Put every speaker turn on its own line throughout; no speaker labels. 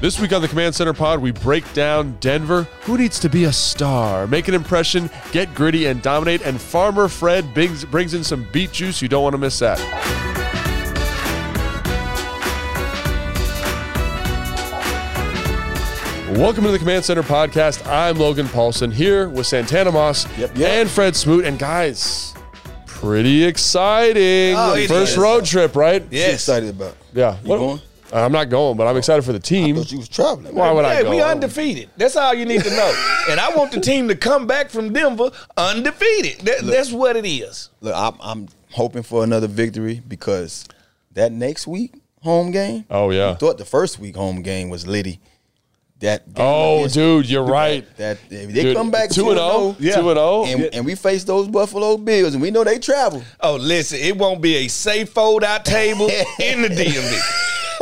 This week on the Command Center Pod, we break down Denver. Who needs to be a star? Make an impression, get gritty, and dominate. And Farmer Fred brings, brings in some beet juice. You don't want to miss that. Welcome to the Command Center Podcast. I'm Logan Paulson here with Santana Moss
Yep, yep.
and Fred Smoot. And guys, pretty exciting.
Oh, it
First
is.
road trip, right?
you
Yes.
excited about?
Yeah.
You going?
I'm not going, but I'm excited for the team.
Thought you was traveling.
Why would I
Hey,
go?
we undefeated. That's all you need to know. and I want the team to come back from Denver undefeated. That, that's what it is.
Look, I'm, I'm hoping for another victory because that next week home game.
Oh, yeah.
I thought the first week home game was Liddy. That game
Oh,
against-
dude, you're right.
That if they
Dude,
come back
2 and 0,
2
2 and oh? 0.
and, and we face those Buffalo Bills, and we know they travel.
Oh, listen, it won't be a safe fold out table in the DMV.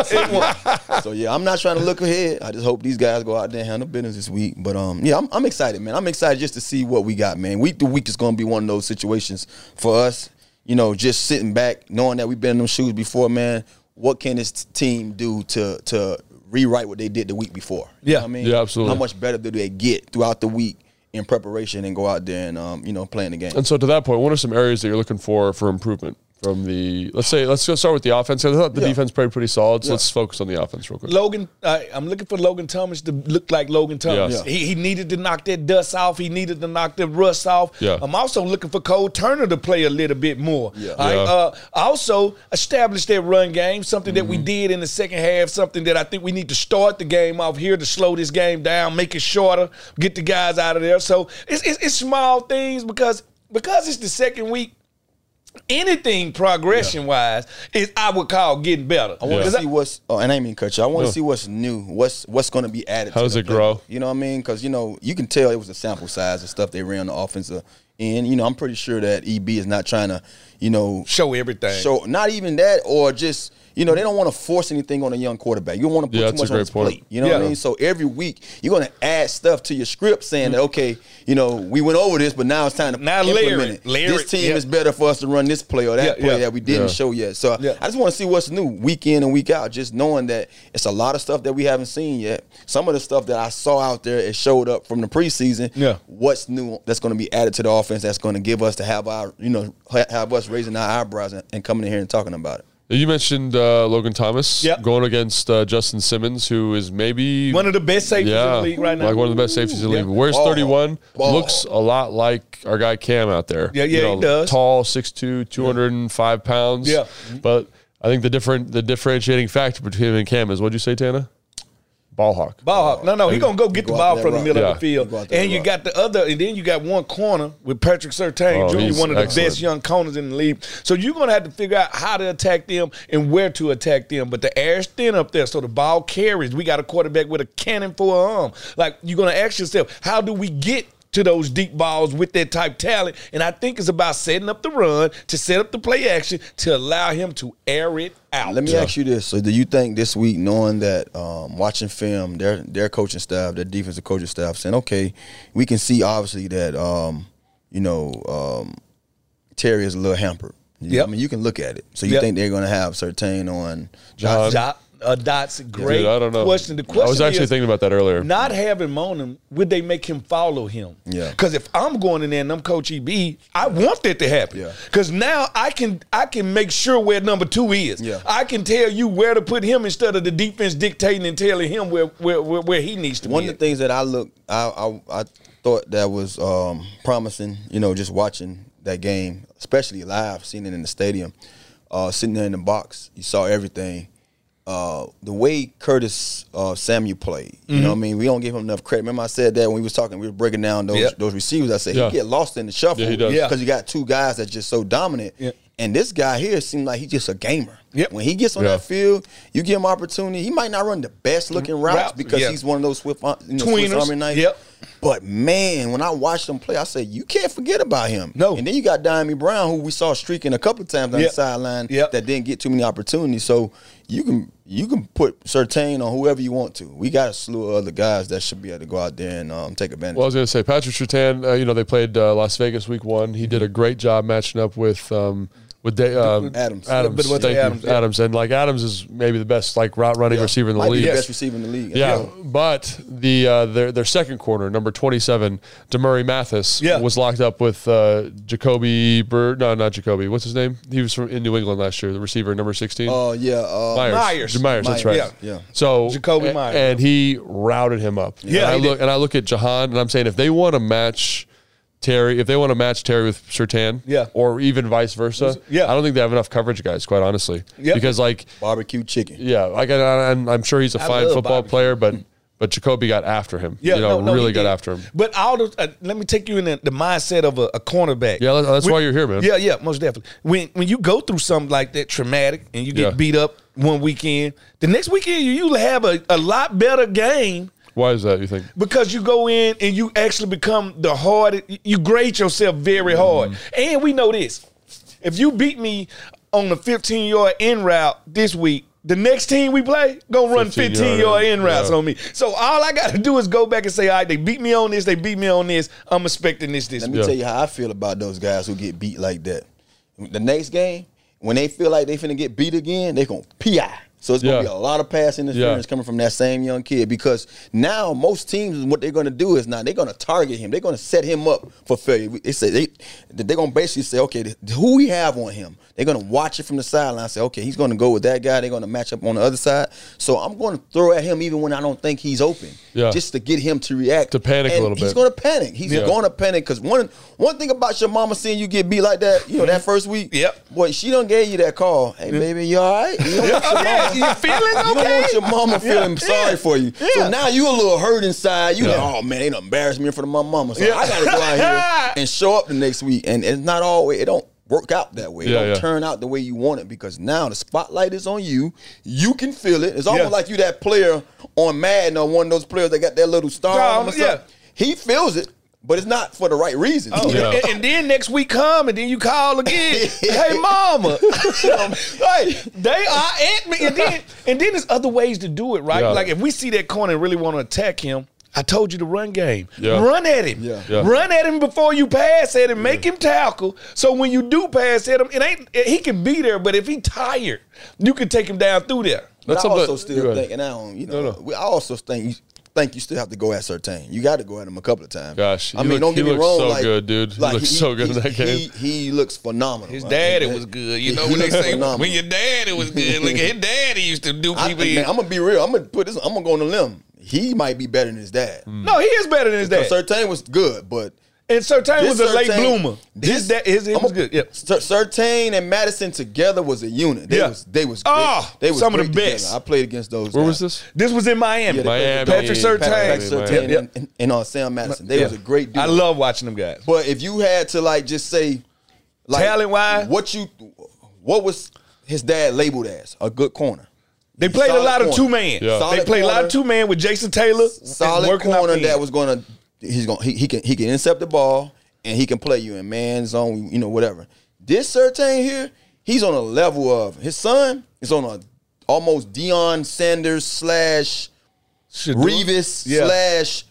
It won't.
so yeah, I'm not trying to look ahead. I just hope these guys go out there and handle business this week. But um, yeah, I'm, I'm excited, man. I'm excited just to see what we got, man. Week to week is going to be one of those situations for us. You know, just sitting back, knowing that we've been in them shoes before, man. What can this team do to to rewrite what they did the week before? You know
Yeah.
what I mean,
Yeah, absolutely.
How much better do they get throughout the week in preparation and go out there and um, you know, playing the game?
And so, to that point, what are some areas that you're looking for for improvement from the? Let's say let's go start with the offense. I thought the defense played pretty solid, so let's focus on the offense real quick.
Logan, uh, I'm looking for Logan Thomas to look like Logan Thomas.
Yes. Yeah.
He, he needed to knock that dust off. He needed to knock that rust off.
Yeah.
I'm also looking for Cole Turner to play a little bit more.
Yeah.
All right,
Yeah.
Uh, also, establish that run game, something that
Mm-hmm.
we did in the second half, something that I think we need to start the game off here to slow this game down, make it shorter, get the guys out of there. So it's, it's, it's small things because because it's the second week. Anything progression wise is I would call getting better.
I want
Yeah.
to see what's. Oh, and I ain't mean cut you. I want
No.
to see what's new. What's what's going to be added.
How
to
does
the
it grow?
playbook. You know what I mean? Because you know you can tell it was a sample size of stuff they ran on the offensive end. You know, I'm pretty sure that EB is not trying to, you know,
show everything.
show not even that or just you know they don't want to force anything on a young quarterback. You don't want to put
Yeah,
too
that's a
much on
great
his
point.
plate. You know what
Yeah.
I mean? So every week you're going to add stuff to your script saying that okay, you know, we went over this, but now it's time to
Now layer
implement
it. Layer
this
it.
team
Yeah.
is better for us to run this play or that
Yeah,
play
yeah.
that we didn't
Yeah.
show yet. So
Yeah.
I just want to see what's new week in and week out. Just knowing that it's a lot of stuff that we haven't seen yet. Some of the stuff that I saw out there it showed up from the preseason.
Yeah.
what's new that's going to be added to the offense that's going to give us to have our you know ha- have us raising our eyebrows and, and coming in here and talking about it.
You mentioned uh, Logan Thomas
Yep.
going against uh, Justin Simmons, who is maybe
One of the best safeties in
yeah,
the league right now.
like one of the best safeties in the
Yeah.
league. Where's
Ball.
31?
Ball.
Looks a lot like our guy Cam out there.
Yeah, yeah, he does.
Tall, 6'2", 205 pounds.
Yeah.
but I think the different the differentiating factor between him and Cam is what'd you say, Tana? Ball hawk.
Ball hawk. No, no, he gonna go get
Go
the
out
ball
that
from the
route.
middle
Yeah.
of the field.
Go out that
And you
route.
got the other, and then you got one corner with Patrick Sertain,
Oh, he's
Jr., one of the
excellent.
best young corners in the league. So you're gonna have to figure out how to attack them and where to attack them. But the air's thin up there, so the ball carries. We got a quarterback with a cannon for an arm. Like you're gonna ask yourself, how do we get to those deep balls with that type talent? And I think it's about setting up the run to set up the play action to allow him to air it out.
Let me ask you this: So, do you think this week, knowing that um, watching film, their their coaching staff, their defensive coaching staff, saying, "Okay, we can see obviously that um, you know um, Terry is a little hampered." Yeah, I
Yep.
mean, you can look at it. So, you
Yep.
think they're going to have Certain on
John.
Johnson?
Dot, uh, Dot's great
Dude, I don't know.
question. The question
I was actually
is,
thinking about that earlier.
Not having Monum, would they make him follow him?
Yeah.
Because if I'm going in there and I'm Coach EB, I want that to happen.
Yeah.
Because now I can I can make sure where number two is.
Yeah.
I can tell you where to put him instead of the defense dictating and telling him where where where, where he needs to
One
be.
of the things that I look, I I, I thought that was um, promising. You know, just watching that game, especially live, seeing it in the stadium, uh, sitting there in the box, you saw everything. Uh, the way Curtis uh, Samuel played, you know, what
Mm-hmm.
I mean, we don't give him enough credit. Remember, I said that when we was talking, we were breaking down those
Yep.
those receivers. I said
Yeah.
he get lost in the shuffle
Yeah, he does. Yeah.
because you got two guys that just so dominant.
Yeah.
And this guy here seemed like he's just a gamer.
Yep.
When he gets on
Yeah.
that field, you give him opportunity. He might not run the best looking routes
Route,
because
yeah.
he's one of those swift, you know, Swiss
Tweeners,
Army knife.
yep.
But man, when I watched him play, I said you can't forget about him.
No.
And then you got Diamond Brown, who we saw streaking a couple of times on
Yep.
the sideline
Yep.
that didn't get too many opportunities. So you can you can put Certain on whoever you want to. We got a slew of other guys that should be able to go out there and um, take advantage.
Well, I was going to say Patrick Sertan. Uh, you know, they played uh, Las Vegas Week One. He did a great job matching up with um, with the, uh, Adams,
Adams.
But
thank
with the
you,
Adams, yeah.
Adams, and like Adams is maybe the best like route running
Yeah.
receiver in the
Might
league.
Be the best receiver in the league.
Yeah, but the uh, their their second corner, number twenty seven, Demurray Mathis,
Yeah.
was locked up with uh, Jacoby. Bur- no, not Jacoby. What's his name? He was from in New England last year. The receiver, number sixteen.
Oh yeah. Uh,
Myers.
Myers.
Myers, that's right.
Myers, yeah. Yeah.
So
Jacoby
a-
Myers.
and he routed him up.
Yeah,
and I
he did.
look and I look at Jahan, and I'm saying if they want to match Terry, if they want to match Terry with Sertan,
Yeah.
or even vice versa,
Yeah.
I don't think they have enough coverage guys, quite honestly,
Yep.
because like
Barbecue chicken.
yeah, like and I, I'm, I'm sure he's a
I
fine
love
football
Bobby.
player, but but Jacoby got after him. you know,
he
really got
did.
after him.
But all the, uh, let me take you in the, the mindset of a, a cornerback.
Yeah, that's- that's why you're here, man.
Yeah, yeah, most definitely. When when you go through something like that traumatic and you get
Yeah.
beat up one weekend, the next weekend you usually have a, a lot better game
Why is that? You think?
because you go in and you actually become the hard. You grade yourself very hard, and we know this. If you beat me on the 15 yard in route this week, the next team we play gonna run
15
15,
yard
yard
in,
in routes
yeah.
on me. So all I gotta do is go back and say, all right, they beat me on this, they beat me on this. I'm expecting this this
Let
week.
me
Yeah.
tell you how I feel about those guys who get beat like that. The next game, when they feel like they finna get beat again, they gonna pi. So it's gonna
Yeah.
be a lot of pass interference
Yeah.
coming from that same young kid because now most teams what they're gonna do is now they're gonna target him. They're gonna set him up for failure. We- They say they they're gonna basically say, okay, th- who we have on him. They're gonna watch it from the sideline. Say, okay, he's gonna go with that guy. They're gonna match up on the other side. So I'm gonna throw at him even when I don't think he's open,
Yeah.
just to get him to react
To panic a
And
little
He's
bit.
gonna panic. He's
Yeah.
gonna panic because one one thing about your mama seeing you get beat like that, you know, that first week,
Yep.
boy, she done gave you that call. Hey, baby, you all right? You don't want your
Yeah,
mama,
you feeling
you don't
okay?
want your mama feeling sorry for you. So now you a little hurt inside. You
Yeah.
like, oh man, they done embarrassed me in front of my mama. So
Yeah.
I gotta go out here and show up the next week. And it's not always it don't work out that way. It
Yeah,
don't
yeah.
turn out the way you want it because now the spotlight is on you. You can feel it. It's almost
Yeah.
like you that player on Madden or one of those players that got that little star.
Star,
on him or
yeah.
something. He feels it, but it's not for the right reasons.
Oh,
Yeah.
and, and then next week come, and then you call again. hey, mama, like they are at me. And then, and then there's other ways to do it, right?
Yeah.
Like if we see that corner and really want to attack him. I told you to run game.
Yeah.
Run at him.
Yeah.
Yeah.
Run at him before you pass at him. Make him tackle. So when you do pass at him, it ain't he can be there, but if he tired, you can take him down through there.
But I
something-
also
Go
still
ahead.
think, and I don't, you know,
No, no.
we- I also think you think you still have to go at Sertain. You got to go at him a couple of times.
Gosh, he
I mean,
looked-
don't
he
get me
looked
wrong,
so
like,
good, dude. He
like,
looked so good in
he-
that game.
He, he looks phenomenal.
His
Uh,
daddy
he-
was good. You
he-
know
he
when they
looks
say
phenomenal.
when your daddy was good. Look at his daddy used to do people.
I think, man, I'm gonna be real. I'm gonna put this. I'm gonna go on a limb. He might be better than his dad.
Mm.
no, he is better than his dad.
Sertain was good, but
And Sertain
This
was a late
Surtain-
bloomer.
this-
his that his, his
I'm
was
a-
good. Yeah.
Ser- Sertain and Madison together was a unit. They
Yeah.
was they was
Ah,
they, they was
some of
great
the
together.
best.
I played against those.
Where
guys.
was this?
This was in Miami.
Yeah, they-
Miami,
Patrick Surtain.
Patrick
Miami,
Surtain
Miami.
and,
Yeah.
and, and uh, Sam Madison. They
Yeah.
was a great duo.
I love watching them guys.
But if you had to like just say, like
Talent-wise?
what you, what was his dad labeled as a good corner?
They played a
Solid
lot of
corner.
two man.
Yeah.
They
Solid
played a lot of
corner.
two man with Jason Taylor. and
Solid
working out
corner
the
that
end.
was gonna he's gonna he, he can he can intercept the ball and he can play you in man zone, you know whatever. This Sertain here, he's on a level of his son is on a almost Dion Sanders slash
Shador-
Revis
Yeah.
slash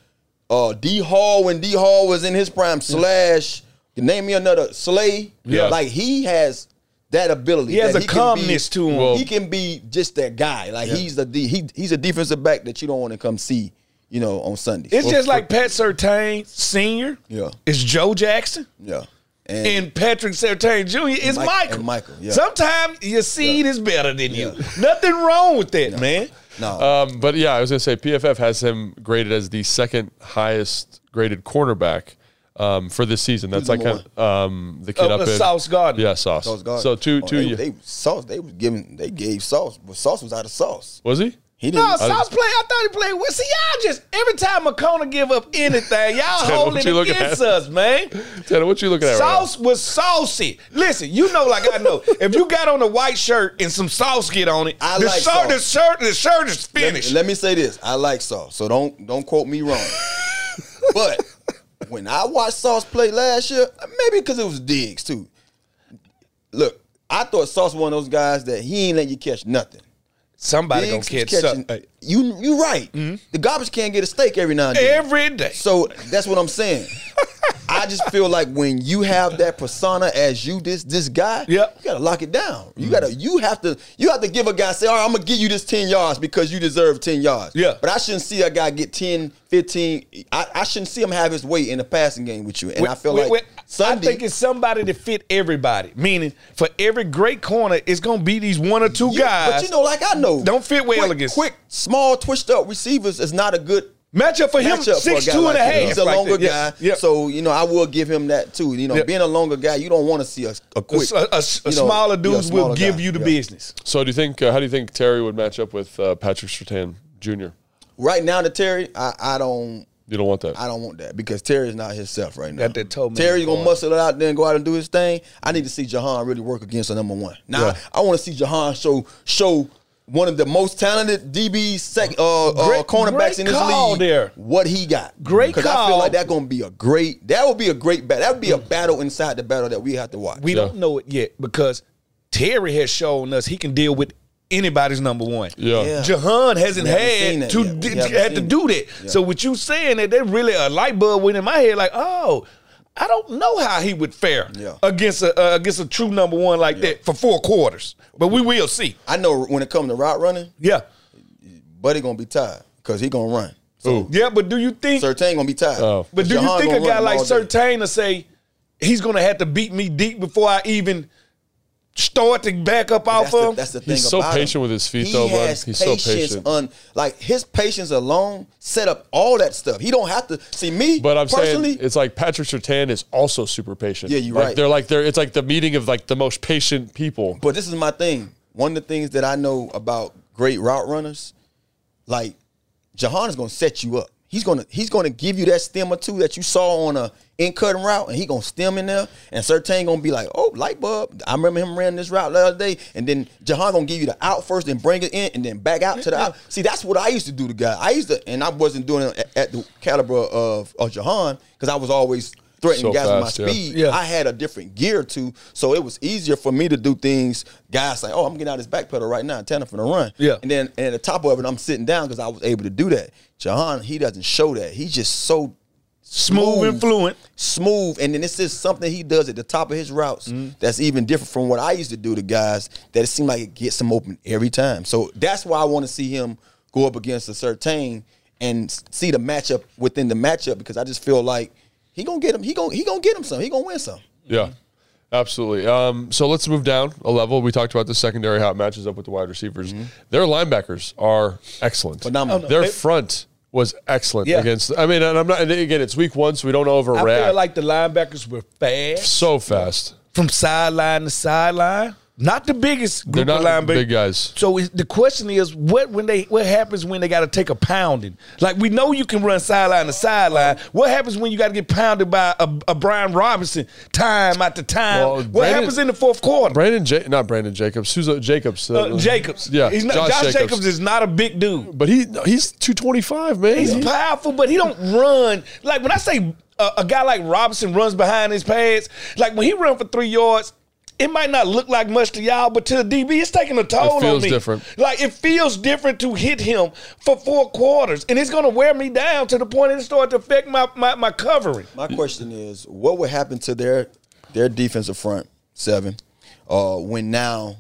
uh, D Hall when D Hall was in his prime slash name me another Slay.
Yeah.
Like he has that ability.
He has
that
a
can be-
calmness to him.
Well-
he can be just that guy. Like he's the D, he he's a defensive back that you don't want to come see, you know, on Sundays.
It's just like Pat Sertain Senior.
Yeah.
It's Joe Jackson.
yeah.
And Patrick Sertain Jr. is
Mike-
Michael.
and Michael, yeah.
Sometimes your seed is better than you. Nothing wrong with that, man.
no.
uh,
Um, but yeah, I was gonna say PFF has him graded as the second highest graded cornerback um, for this season. That's like
number
kind of, um, the kid
Oh,
up
the
in
Sauce Gardner.
Yeah, Sauce.
Sauce Gardner.
So two,
Oh,
two.
They, they, sauce. They was giving. They gave sauce, but sauce was out of sauce.
was he?
He didn't.
No, Sauce play. I thought he played well. See, y'all just every time McCona give up anything, y'all holding
what you
it
looking
against
at?
us, man.
Tanner, what you looking at? right now?
Sauce was saucy. Listen, you know, like I know, if you got on a white shirt and some sauce get on it,
I
the
like
shirt, the
sauce.
shirt, the shirt is
Let me-
finished.
Let me, say this: I like Sauce, so don't don't quote me wrong. but when I watched Sauce play last year, maybe because it was Diggs too. Look, I thought Sauce was one of those guys that he ain't let you catch nothing.
Somebody gonna
Diggs was
catch
catching.
something Mm-hmm.
You you right. The garbage can get a steak every now and then.
every day.
So that's what I'm saying. I I just feel like when you have that persona as you, this this guy,
Yep. Mm-hmm.
you gotta lock it down. You gotta you have to you have to give a guy say, all right, I'm gonna give you this 10 yards because you deserve 10 yards.
Yeah.
But I shouldn't see a guy get 10, 15. I, I shouldn't see him have his way in the passing game with you. And I feel
Wait,
like
wait.
Sunday
I think it's somebody to fit everybody. Meaning, for every great corner, it's gonna be these one or two
you-
guys.
But you know, like I know.
Don't fit well
quick,
against-
Quick, small, twitched up receivers is not a good
matchup for him,
matchup
six
for a guy
two
like
and a
him.
half.
He's a
right
longer
there.
guy,
Yeah, yeah.
so you know I will give him that too. You know,
Yeah.
being a longer guy, you don't want to see a, a quick,
a, a- a
you know,
smaller
yeah,
dudes will
smaller
give
guy.
you the
Yeah.
business.
So do you think? Uh, how do you think Terry would match up with uh, Patrick Sertan Jr.?
Right now, to Terry, I, I don't.
You don't want that.
I don't want that because Terry's not himself right now.
Got that toe man
Terry's gonna
going.
muscle it out there and go out and do his thing. I need to see Jahan really work against a number one. Now
Yeah.
I want to see Jahan show show one of the most talented DB sec, uh, uh,
Great-
cornerbacks
great
in this
call
league.
there.
What he got?
Great
because I feel
call.
like that's gonna be a great. That would be a great battle. That would be a battle inside the battle that we have to watch.
We
Yeah.
don't know it yet because Terry has shown us he can deal with anybody's number one.
Yeah.
Yeah.
Jahan hasn't
We haven't seen
had
that
to
yet.
d-
We haven't
had to
seen
do that. So with you saying that, that really a light bulb went in my head. Like, oh, I don't know how he would fare
Yeah.
against a uh, against a true number one like that for four quarters. But we will see.
I know when it comes to route running,
Yeah,
Buddy gonna be tired because he gonna run.
Ooh.
yeah. But do you think?
Sertain gonna be tired.
Oh.
but do
Jahan
you think
gonna
a guy
run
like
all day.
Sertain to say he's going to have to beat me deep before I even start to back up
That's
off
the,
of him?
that's the thing.
He's so
about him.
patient with his feet,
he
though, bud.
Has
He's so
patience
patient.
On like his patience alone set up all that stuff. He don't have to see me.
But I'm
personally,
saying it's like Patrick Sertan is also super patient.
Yeah, you're
Like,
right.
They're like they're it's like the meeting of like the most patient people.
But this is my thing. One of the things that I know about great route runners, like Jahan is gonna set you up. He's gonna he's gonna give you that stem or two that you saw on a in cutting route, and he gonna stem in there. And Sertain gonna be like, "Oh, light bulb! I remember him ran this route the other day." And then Jahan gonna give you the out first, and bring it in, and then back out to the out. See, that's what I used to do to guys. I used to, and I wasn't doing it at, at the caliber of, of Jahan because I was always
So
threatening guys
fast, yeah.
with my speed.
Yeah.
I had a different gear to, so it was easier for me to do things. Guys say, "Oh, I'm getting out of this back pedal right now, telling him to run."
Yeah.
and then and at the top of it, I'm sitting down because I was able to do that. Jahan, he doesn't show that. He's just so
Smooth and fluent.
smooth. And then it's just something he does at the top of his routes that's even different from what I used to do to guys. That it seemed like it gets him open every time. So that's why I want to see him go up against a certain and s- see the matchup within the matchup because I just feel like he gonna get him. He gonna he gonna get him some. He gonna win some.
Yeah. Absolutely. Um, so let's move down a level. We talked about the secondary how it matches up with the wide receivers.
Mm-hmm.
Their linebackers are excellent.
Phenomenal. Oh, no.
Their
They-
front was excellent
Yeah.
against I mean, and I'm not and again, it's week one, so we don't
I
overreact.
feel like the linebackers were fast
so fast.
from sideline to sideline. Not the biggest
They're
group
not
of linebackers.
big guys.
So it's- the question is, what when they what happens when they got to take a pounding? Like we know you can run sideline to sideline. What happens when you got to get pounded by a, a Brian Robinson time after time?
Well,
what
Brandon-
happens in the fourth quarter?
Brandon ja- not Brandon Jacobs. Who's uh, Jacobs?
Uh, Jacobs,
Yeah.
He's not- Josh, Jacobs. is not a big dude.
But he no, he's 225, man.
He's
He-
powerful, but he don't run. Like when I say a, a guy like Robinson runs behind his pads, like when he run for three yards, it might not look like much to y'all, but to the DB, it's taking a toll
It feels
on me.
different.
Like it feels different to hit him for four quarters, and it's gonna wear me down to the point it start to affect my my, my covering.
My question is, what would happen to their their defensive front seven uh, when now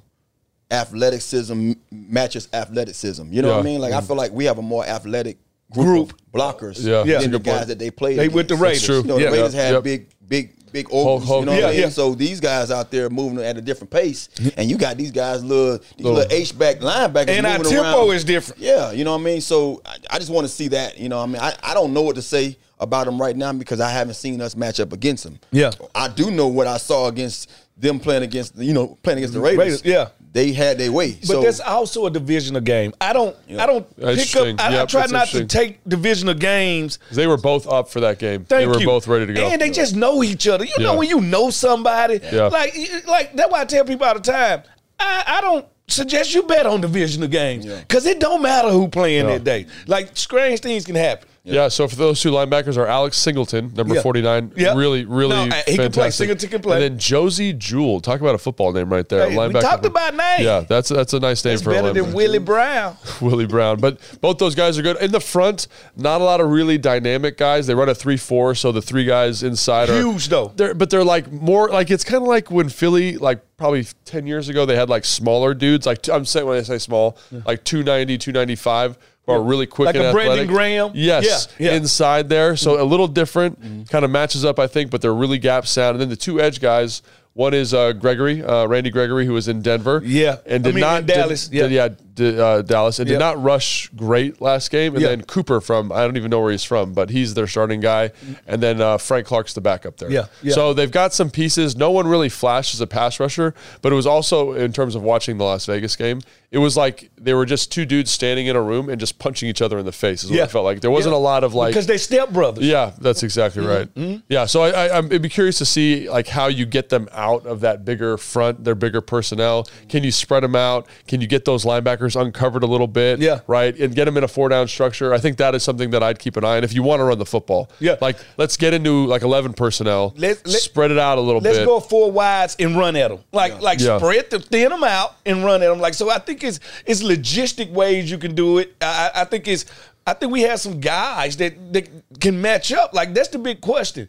athleticism m- matches athleticism? You know what
Yeah.
I mean? Like I feel like we have a more athletic group,
Group.
of blockers
Yeah. Yeah.
than the
Good point.
guys that they played.
They with the
against.
Raiders.
That's true.
You know,
Yeah.
the Raiders
Yep.
had
Yep.
big, big, big ovals.
Hulk,
you know what
yeah,
I mean?
yeah.
So these guys out there moving at a different pace, and you got these guys little, these
Little-
little H back linebackers.
And our
moving
tempo
around.
is different.
Yeah, you know what I mean. So I, I just want to see that. You know, what I mean, I, I don't know what to say about them right now because I haven't seen us match up against them.
Yeah.
I do know what I saw against them playing against you know playing against the Raiders.
Raiders, yeah.
they had their way.
But
so
that's also a divisional game. I don't. I don't pick
Interesting.
up. I, I
Yep,
try
that's
not to
interesting.
take divisional games
They were both up for that game.
Thank
they were
you.
both ready to go.
And they just know each other. You know
Yeah.
when you know somebody,
Yeah.
like like that's why I tell people all the time. I, I don't suggest you bet on divisional games because it don't matter who playing
Yeah.
that day. Like strange things can happen.
Yeah, so for those two linebackers are Alex Singleton, number
Yeah.
49.
Yeah.
Really, really
No, uh, he can play.
fantastic.
Singleton can play.
And then Josie Jewell. Talk about a football name right there.
Hey, we
linebacker.
talked about name.
Yeah, that's that's a nice name
It's
for a
better
linebacker.
than Willie Brown.
Willie Brown. But both those guys are good. In the front, not a lot of really dynamic guys. They run a 3 4, so the three guys inside are
Huge, though.
They're, but they're like more like it's kind of like when Philly, like probably 10 years ago, they had like smaller dudes. Like t- I'm saying when I say small, like 290, 295. Who are really quick
Like
and
a Brandon
athletic.
Graham.
Yes,
Yeah, Mm-hmm. yeah.
inside there. So a little different. Kind of matches up, I think, but they're really gap sound. And then the two edge guys. One is uh, Gregory, uh, Randy Gregory, who was in Denver.
Yeah.
and
I
did
mean,
not
in Dallas,
Did,
yeah.
did- yeah, d- uh, Dallas and
Yep.
did not rush great last game. And
Yeah.
then Cooper from I don't even know where he's from, but he's their starting guy. And then uh, Frank Clark's the backup there.
Yeah, yeah.
So they've got some pieces. No one really flashed as a pass rusher, but it was also in terms of watching the Las Vegas game, it was like they were just two dudes standing in a room and just punching each other in the face. Is what
Yeah.
it felt like. There wasn't
Yeah.
a lot of like
because they step brothers.
yeah, that's exactly
Mm-hmm.
right. Yeah, so I, I, I'm, it'd be curious to see like how you get them out of that bigger front, their bigger personnel. Can you spread them out? Can you get those linebackers uncovered a little bit?
Yeah.
right, and get them in a four down structure. I think that is something that I'd keep an eye on if you want to run the football.
Yeah.
like let's get into like eleven personnel.
Let's- let-
spread it out a little
Let's
bit.
go four wides and run at them. Like like
Yeah.
spread the thin them out and run at them. Like so, I think it's it's logistic ways you can do it. I, I I think it's I think we have some guys that that can match up. Like that's the big question.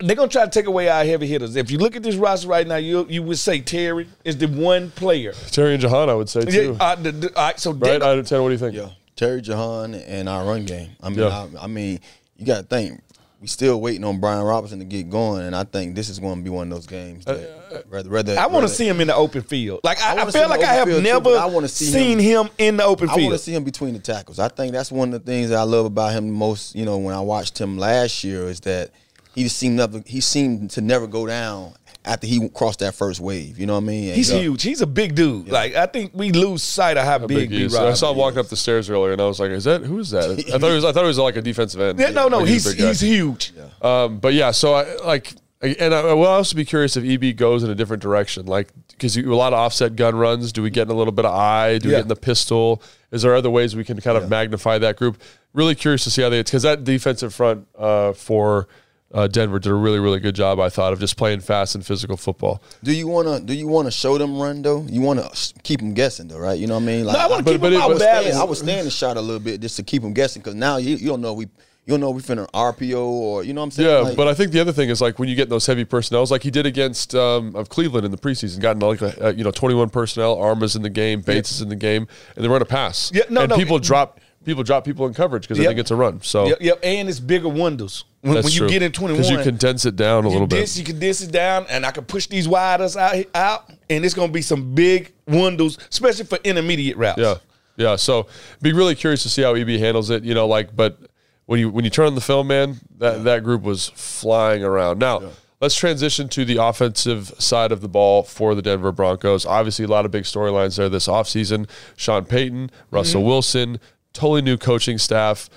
They're gonna try to take away our heavy hitters. If you look at this roster right now, you you would say Terry is the one player.
Terry and Jahan, I would say too.
Yeah, uh, the- the- all right, so
right,
they're-
I understand. What do you think?
Yeah, Terry Jahan and our run game. I mean,
Yeah.
I, I mean, you got to think we still waiting on Brian Robinson to get going, and I think this is going to be one of those games. That, rather, rather,
Uh, I want
rather-
to see him in the open field. Like
I
I, I,
wanna see
feel
him in
like
the open
I have
field, too,
never
but I wanna see
seen him. in the open
I want to
field.
see him between the tackles. I think that's one of the things that I love about him the most. You know, when I watched him last year, is that he just seemed never, he seemed to never go down after he crossed that first wave. You know what I mean? And
He's
yeah.
huge. He's a big dude. Like I think we lose sight of how big,
Big
B.
East. I
Rob.
saw him
is.
walking up the stairs earlier, and I was like, "Is that who is that?" I thought it was. I thought it was like a defensive end.
Yeah, no, no,
Like,
he's
a big guy.
he's huge.
Um, but yeah, so I like, and I, I will also be curious if EB goes in a different direction, like because a lot of offset gun runs. Do we get in a little bit of eye? Do we
Yeah.
get in the pistol? Is there other ways we can kind of magnify that group? Really curious to see how they because that defensive front uh, for uh, Denver did a really really good job. I thought of just playing fast and physical football.
Do you wanna do you wanna show them run though? You wanna s- keep them guessing though, right? You know what I mean? Like
I wanna
But-
keep
but
him
it
out
was-
balanced.
I was standing shot a little bit just to keep them guessing because now you, you don't know we you don't know we finna RPO or you know what I'm saying?
Yeah,
Like,
but I think the other thing is like when you get in those heavy personnels, like he did against um, of Cleveland in the preseason, gotten like uh, you know twenty one personnel, Arma's in the game, Bates is in the game, and they run a pass.
Yeah, no,
and
no.
people drop people drop people in coverage because
Yep.
they think it's a run. So
Yep, yep, and it's bigger windows when,
that's
when you
true.
get in twenty one.
you condense it down a little
this,
bit.
You can this it down, and I can push these widers out, out, and it's gonna be some big windows, especially for intermediate routes.
Yeah, yeah. So be really curious to see how EB handles it. You know, like but when you when you turn on the film, man, that that group was flying around. Now. Let's transition to the offensive side of the ball for the Denver Broncos. Obviously, a lot of big storylines there this offseason. Sean Payton,
Mm-hmm.
Russell Wilson, totally new coaching staff.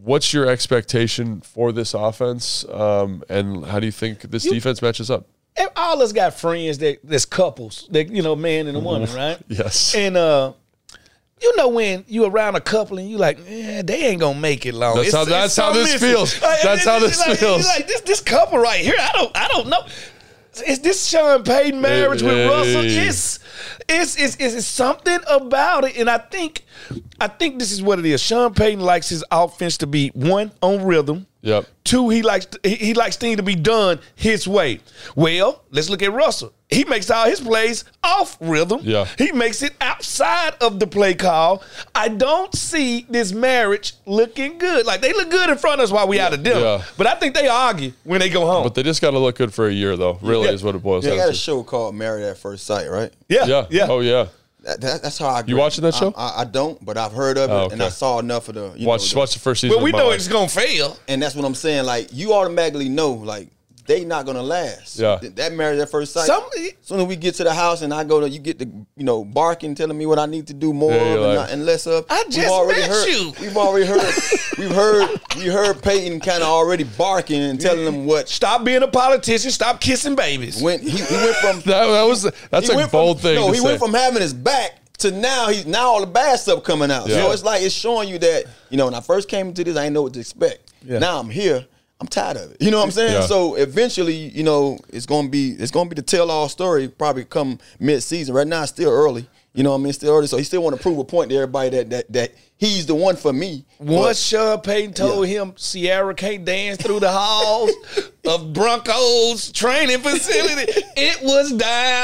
What's your expectation for this offense, um, and how do you think this defense matches up?
And all us got friends that that's couples, that you know, man and a
Mm-hmm.
woman, right?
Yes.
And uh, you know when you around a couple and you like, eh, they ain't gonna make it long.
That's how- that's how
something
this
missing."
feels.
Like,
That's how
it's
this
like-
feels.
Like this this couple right here, I don't I don't know. Is this Sean Payton marriage
Hey.
with Russell? It's, it's it's it's something about it, and I think I think this is what it is. Sean Payton likes his offense to be one on rhythm.
Yep.
Two, he likes he, he likes things to be done his way. Well, let's look at Russell. He makes all his plays off rhythm.
Yeah.
He makes it outside of the play call. I don't see this marriage looking good. Like they look good in front of us while we out of dinner.
Yeah.
But I think they argue when they go home.
But they just got to look good for a year, though. Really,
Yeah.
is what it boils
they
down
got
to.
a show called Married at First Sight, right?
yeah.
yeah.
Yeah.
Oh yeah.
That, that, that's how I.
You watching that
I-
show?
I, I, don't, but I've heard of it
Oh,
and
okay.
I saw enough of the. You know,
Watch
the-
watch the first season.
But we
of my
know
life.
it's gonna fail.
and that's what I'm saying. Like you automatically know, like they not gonna last.
Yeah.
Th- that marriage at first sight.
Some-
soon as we get to the house and I go to, you get the, you know, barking, telling me what I need to do more
Yeah,
of
you're
and,
like,
not, and less of.
I
We've
just
already
met
heard,
you.
We've already heard. we've heard. We heard Peyton kind of already barking and telling them what
Stop being a politician. Stop kissing babies.
went. He, he went from.
That, that was that's
he
a
went
bold
from,
thing.
No,
to
he
say.
went from having his back to now he's now all the bad stuff coming out.
Yeah.
So it's like it's showing you that you know when I first came into this, I didn't know what to expect.
Yeah.
Now I'm here. I'm tired of it. You know what I'm saying?
Yeah.
So eventually, you know, it's gonna be it's gonna be the tell all story. Probably come mid season. Right now, it's still early. You know what I mean? It's still early. So he still want to prove a point to everybody that that that he's the one for me.
Once Sean Payton told him Sierra can't dance through the halls of Broncos training facility, it was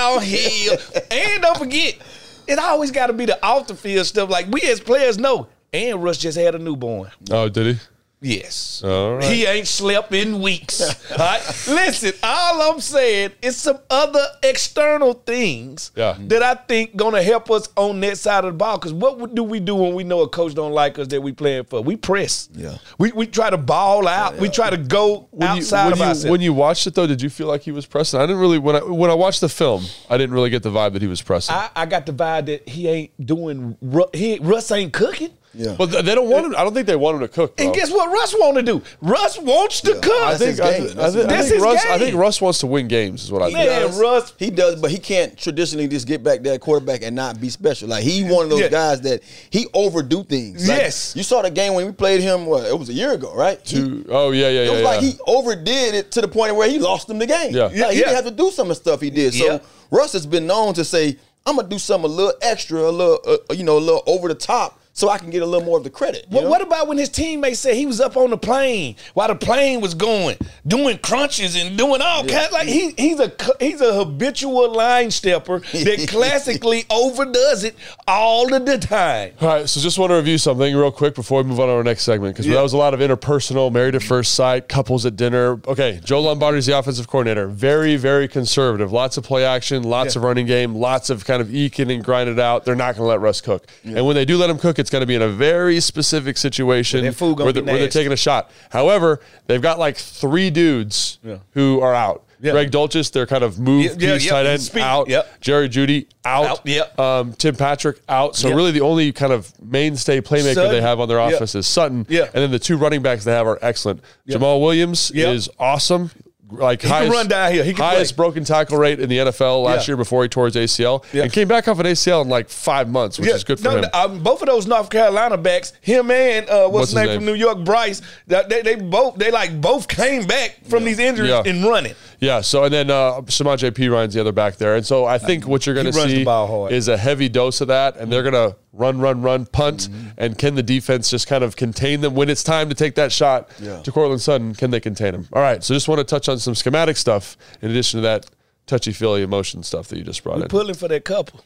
downhill. and don't forget, it always got to be the off the field stuff. Like we as players know, and Russ just had a newborn.
Oh, did he?
Yes.
All right.
He ain't slept in weeks. all right? Listen, all I'm saying is some other external things
Yeah.
that I think gonna help us on that side of the ball. Cause what would- do we do when we know a coach don't like us that we playing for? We press.
Yeah.
We we try to ball out. We try to go
When you-
outside
when
of
you,
ourselves.
When you watched it though, did you feel like he was pressing? I didn't really when I when I watched the film, I didn't really get the vibe that he was pressing.
I, I got the vibe that he ain't doing. Ru- He Russ ain't cooking.
Yeah.
but th- they don't want him. I don't think they want him to cook.
And
bro.
guess what? Russ want to do. Russ wants to cook.
I think
his
I,
game.
th- I,
That's
think, I
his game.
think
That's
Russ.
his
I think
game.
Russ wants to win games. Is what I think.
Man,
does.
Russ-
He does, but he can't traditionally just get back that quarterback and not be special. Like he one of those
Yeah.
guys that he overdo things. Like,
Yes.
you saw the game when we played him. What it was a year ago, right? He-
Two- oh yeah, yeah, yeah.
it was
yeah.
like he overdid it to the point where he lost him the game.
Yeah.
Like, he
Yeah,
yeah.
didn't have to do some of the stuff he did. So
Yeah.
Russ has been known to say, "I'm gonna do something a little extra, a little, uh, you know, a little over the top, so I can get a little more of the credit." you
Well,
know?
what about when his teammates said he was up on the plane while the plane was going, doing crunches and doing all kinds? Like he he's a cu- he's a habitual line stepper that classically overdoes it all of the time.
All right, so just want to review something real quick before we move on to our next segment because that was a lot of interpersonal, married at first sight, couples at dinner. Okay, Joe Lombardi's the offensive coordinator. Very, very conservative. Lots of play action, lots of running game, lots of kind of eking and grind it out. They're not going to let Russ cook. And when they do let him cook, it's going to be in a very specific situation
their food gonna
where,
be
they- where they're
nasty.
taking a shot. However, they've got like three dudes who are out.
Yeah.
Greg Dolchis, they're kind of move
Yeah, yeah,
piece
yeah,
tight end
speed,
out.
yep.
Jerry Judy out.
Out, yep.
Um, Tim Patrick out. So
Yep.
really, the only kind of mainstay playmaker
Sutton.
they have on their
Yep.
offense is Sutton.
Yeah.
And then the two running backs they have are excellent. Jamal Williams
Yep.
is awesome. Like
can
highest,
run down here. He can
highest
play.
broken tackle rate in the NFL last
Yeah.
year before he tore his ACL
Yeah.
and came back off an ACL in like five months, which
Yeah,
is good for
no,
him.
no, um, both of those North Carolina backs, him and uh, what's,
What's
his
his
name, from
name?
New York, Bryce. that- They, they both they like both came back from these injuries
Yeah.
and running.
Yeah. So and then uh, Samaj P Ryan's the other back there, and so I think what you're going to
runs the
see
ball hard.
is a heavy dose of that, and they're going to run, run, run, punt,
Mm-hmm.
and can the defense just kind of contain them when it's time to take that shot
Yeah.
to Cortland Sutton? Can they contain him? All right. So just want to touch on some schematic stuff in addition to that touchy feely emotion stuff that you just brought in.
Pulling for that couple.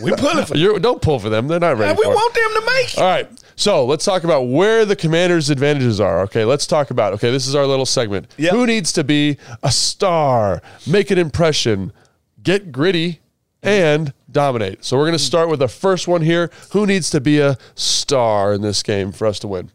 we pulling for.
You're, don't pull for them; they're not ready.
And we
for it.
want them to make it.
All right. So let's talk about where the commander's advantages are. Okay. Let's talk about, okay, this is our little segment.
Yep.
Who needs to be a star, make an impression, get gritty, and dominate? So we're
Hmm.
going to start with the first one here. Who needs to be a star in this game for us to win?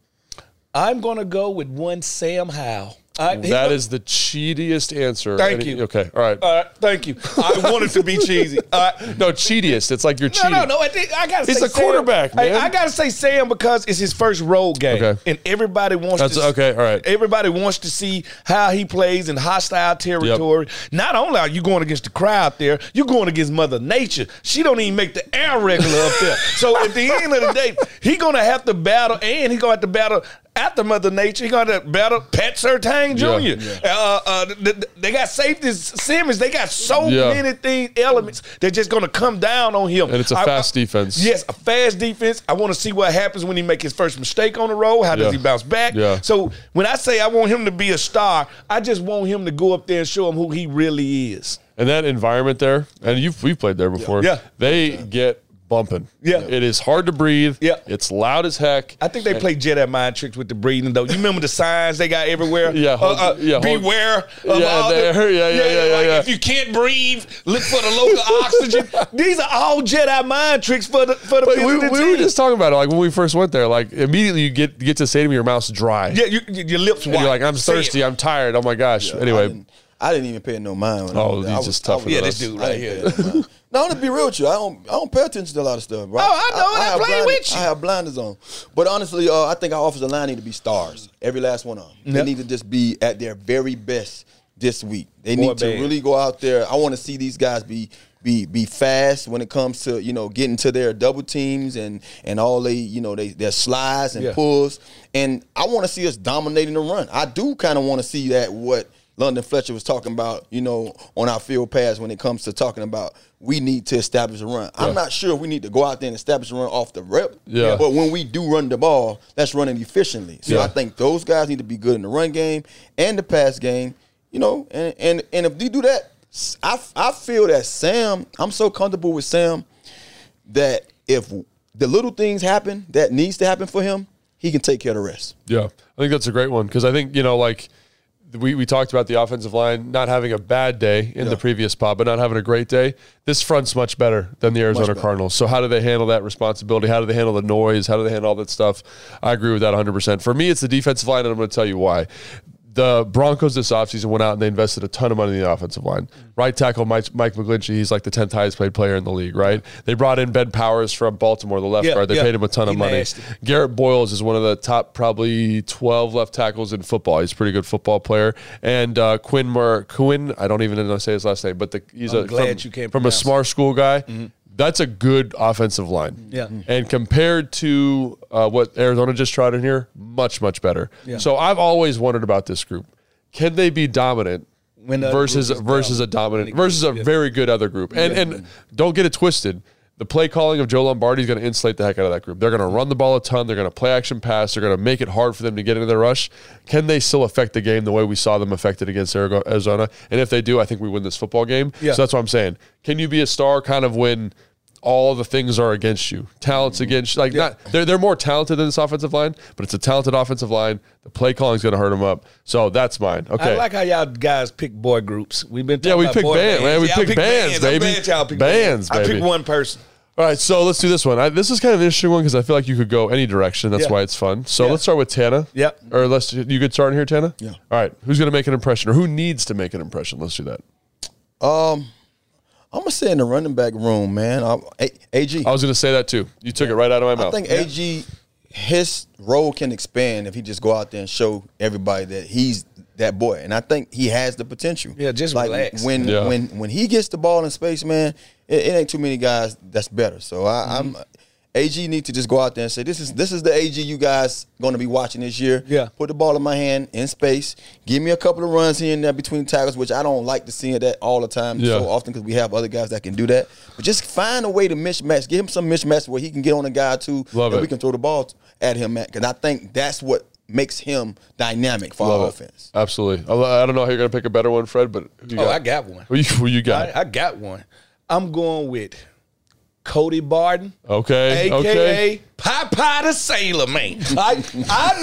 I'm gonna go with one Sam Howe. I, he-
That is the cheatiest answer.
Thank
Any-
you. Uh,
Okay. All right.
All right, thank you. I wanted to be cheesy. All right.
no, cheatiest. It's like you're
No,
cheating.
no, no. I, think, I gotta
He's
say
the quarterback,
Sam. Hey,
man.
I, gotta say Sam because it's his first road game,
Okay.
and everybody wants.
That's-
to, s-
okay, all right.
Everybody wants to see how he plays in hostile territory. Not only are you going against the crowd there, you're going against Mother Nature. She don't even make the air regular up there. So at the end of the day, he gonna have to battle, and he gonna have to battle. After Mother Nature, he gonna have to battle Pat Sertain Jr.
Yeah.
Uh, uh, th- th- they got safeties, Simmons. They got so
Yeah.
many things, elements. They're just gonna come down on him.
And it's a
I-
fast
I-
defense.
Yes, a fast defense. I want to see what happens when he make his first mistake on the road. How does
Yeah.
he bounce back?
Yeah.
So when I say I want him to be a star, I just want him to go up there and show him who he really is.
and that environment there, and you've we've played there before.
Yeah.
they get bumping.
Yeah.
it is hard to breathe.
Yeah.
it's loud as heck.
I think they play Jedi mind tricks with the breathing though. You remember the signs they got everywhere?
Yeah,
Uh, uh,
hold- yeah, hold-
beware. Of
Yeah,
all
there.
the,
Yeah, yeah, yeah, yeah,
like,
yeah.
If you can't breathe, look for the local oxygen. These are all Jedi mind tricks for the for the,
But we,
for the
we
team.
were just talking about it, like when we first went there. Like immediately, you get get to say to me, your mouth's dry.
yeah, you, you- your lips
and
wide.
you're like, I'm
Say it.
thirsty, I'm tired. Oh my gosh.
I
anyway,
didn't, I didn't even pay it no mind. When
Oh,
I was
he's
there. I was,
just
I
tough
was-
with
Yeah,
us.
this dude
I
right
didn't
here.
pay it no mind. No, I'm gonna be real with you. I don't. I don't pay attention to a lot of stuff, bro.
Oh, I know, and I
have
play
blinders-
with you.
I have blinders on. But honestly, uh, I think our offensive line need to be stars. Every last one of them.
Yeah.
They need to just be at their very best this week. They
Boy
need to
band.
really go out there. I want to see these guys be be be fast when it comes to you know getting to their double teams and and all they you know they their slides and
Yeah.
pulls. And I want to see us dominating the run. I do kind of want to see that what. London Fletcher was talking about, you know, on our field pass when it comes to talking about we need to establish a run. I'm not sure if we need to go out there and establish a run off the rep.
Yeah.
But when we do run the ball, that's running efficiently. So
Yeah.
I think those guys need to be good in the run game and the pass game, you know. And and and if they do that, s- I f- I feel that Sam. I'm so comfortable with Sam that if the little things happen that needs to happen for him, he can take care of the rest.
Yeah, I think that's a great one because I think you know, like we we talked about the offensive line not having a bad day in the previous pod, but not having a great day. This front's much better than the Arizona
better.
Cardinals. So how do they handle that responsibility? How do they handle the noise? How do they handle all that stuff? I agree with that 100. percent For me, it's the defensive line, and I'm going to tell you why. The Broncos this offseason went out and they invested a ton of money in the offensive line. Right tackle Mike, Mike McGlinchey, he's like the 10th highest paid player in the league, right? They brought in Ben Powers from Baltimore, the left
Yeah,
guard. They
yeah.
paid him a ton of
He
money.
nasty.
Garrett Boyles is one of the top probably 12 left tackles in football. He's a pretty good football player. And uh, Quinn Mur- Quinn, I don't even know how to say his last name, but the, he's
I'm
a,
glad
from,
you can't
from a
pronounce it. Mm-hmm.
smart school guy. That's a good offensive line.
Yeah.
Mm.
Mhm.
And compared to uh, what Arizona just tried in here, much, much better.
Yeah.
So I've always wondered about this group. Can they be dominant
When the
versus
group is
versus a dominant
dominant. When the
versus a
group- yeah.
very good other group. And and don't get it twisted. The play calling of Joe Lombardi is going to insulate the heck out of that group. They're going to run the ball a ton. They're going to play action pass. They're going to make it hard for them to get into the rush. Can they still affect the game the way we saw them affected against Arigo- Arizona? And if they do, I think we win this football game.
Yeah.
So that's what I'm saying. Can you be a star kind of when all the things are against you?
Mm-hmm.
Talents against like not they're they're more talented than this offensive line, but it's a talented offensive line. The play calling is going to hurt them up. So that's mine. Okay.
I like how y'all guys pick boy groups. We've been talking
Yeah, we
about
pick
boy
bands, man. We
Y'all
pick bands,
I'm
baby.
glad y'all pick
Bands,
I
baby.
pick one person.
All right, so let's do this one. I, this is kind of an interesting one because I feel like you could go any direction. That's
Yeah.
why it's fun. So
Yeah.
let's start with Tana.
Yep.
Or let's you could start in here, Tana.
Yeah.
All right. Who's going to make an impression, or who needs to make an impression? Let's do that.
Um, I'm gonna say in the running back room, man. I, A- AG,
I was going to say that too. You took it right out of my
I
mouth.
think AG, his role can expand if he just go out there and show everybody that he's that boy, and I think he has the potential.
Yeah, just
like
relax.
when
Yeah.
when when he gets the ball in space, man. It, it ain't too many guys that's better. So I,
Mm-hmm.
I'm. AG need to just go out there and say this is this is the AG you guys going to be watching this year.
Yeah.
put the ball in my hand in space. Give me a couple of runs here and there between tackles, which I don't like to see that all the time
Yeah.
so often because we have other guys that can do that. But just find a way to mismatch. Give him some mismatch where he can get on a guy too
Love
that
it.
we can throw the ball t- at him at. Because I think that's what makes him dynamic for
Love
our
it.
offense.
Absolutely. I lo- I don't know how you're going to pick a better one, Fred, but who you
Oh,
got?
I got one.
Who you, who you got?
I, I got one. I'm going with Cody Barden.
okay.
AKA
okay.
Popeye the Sailor Man. I, I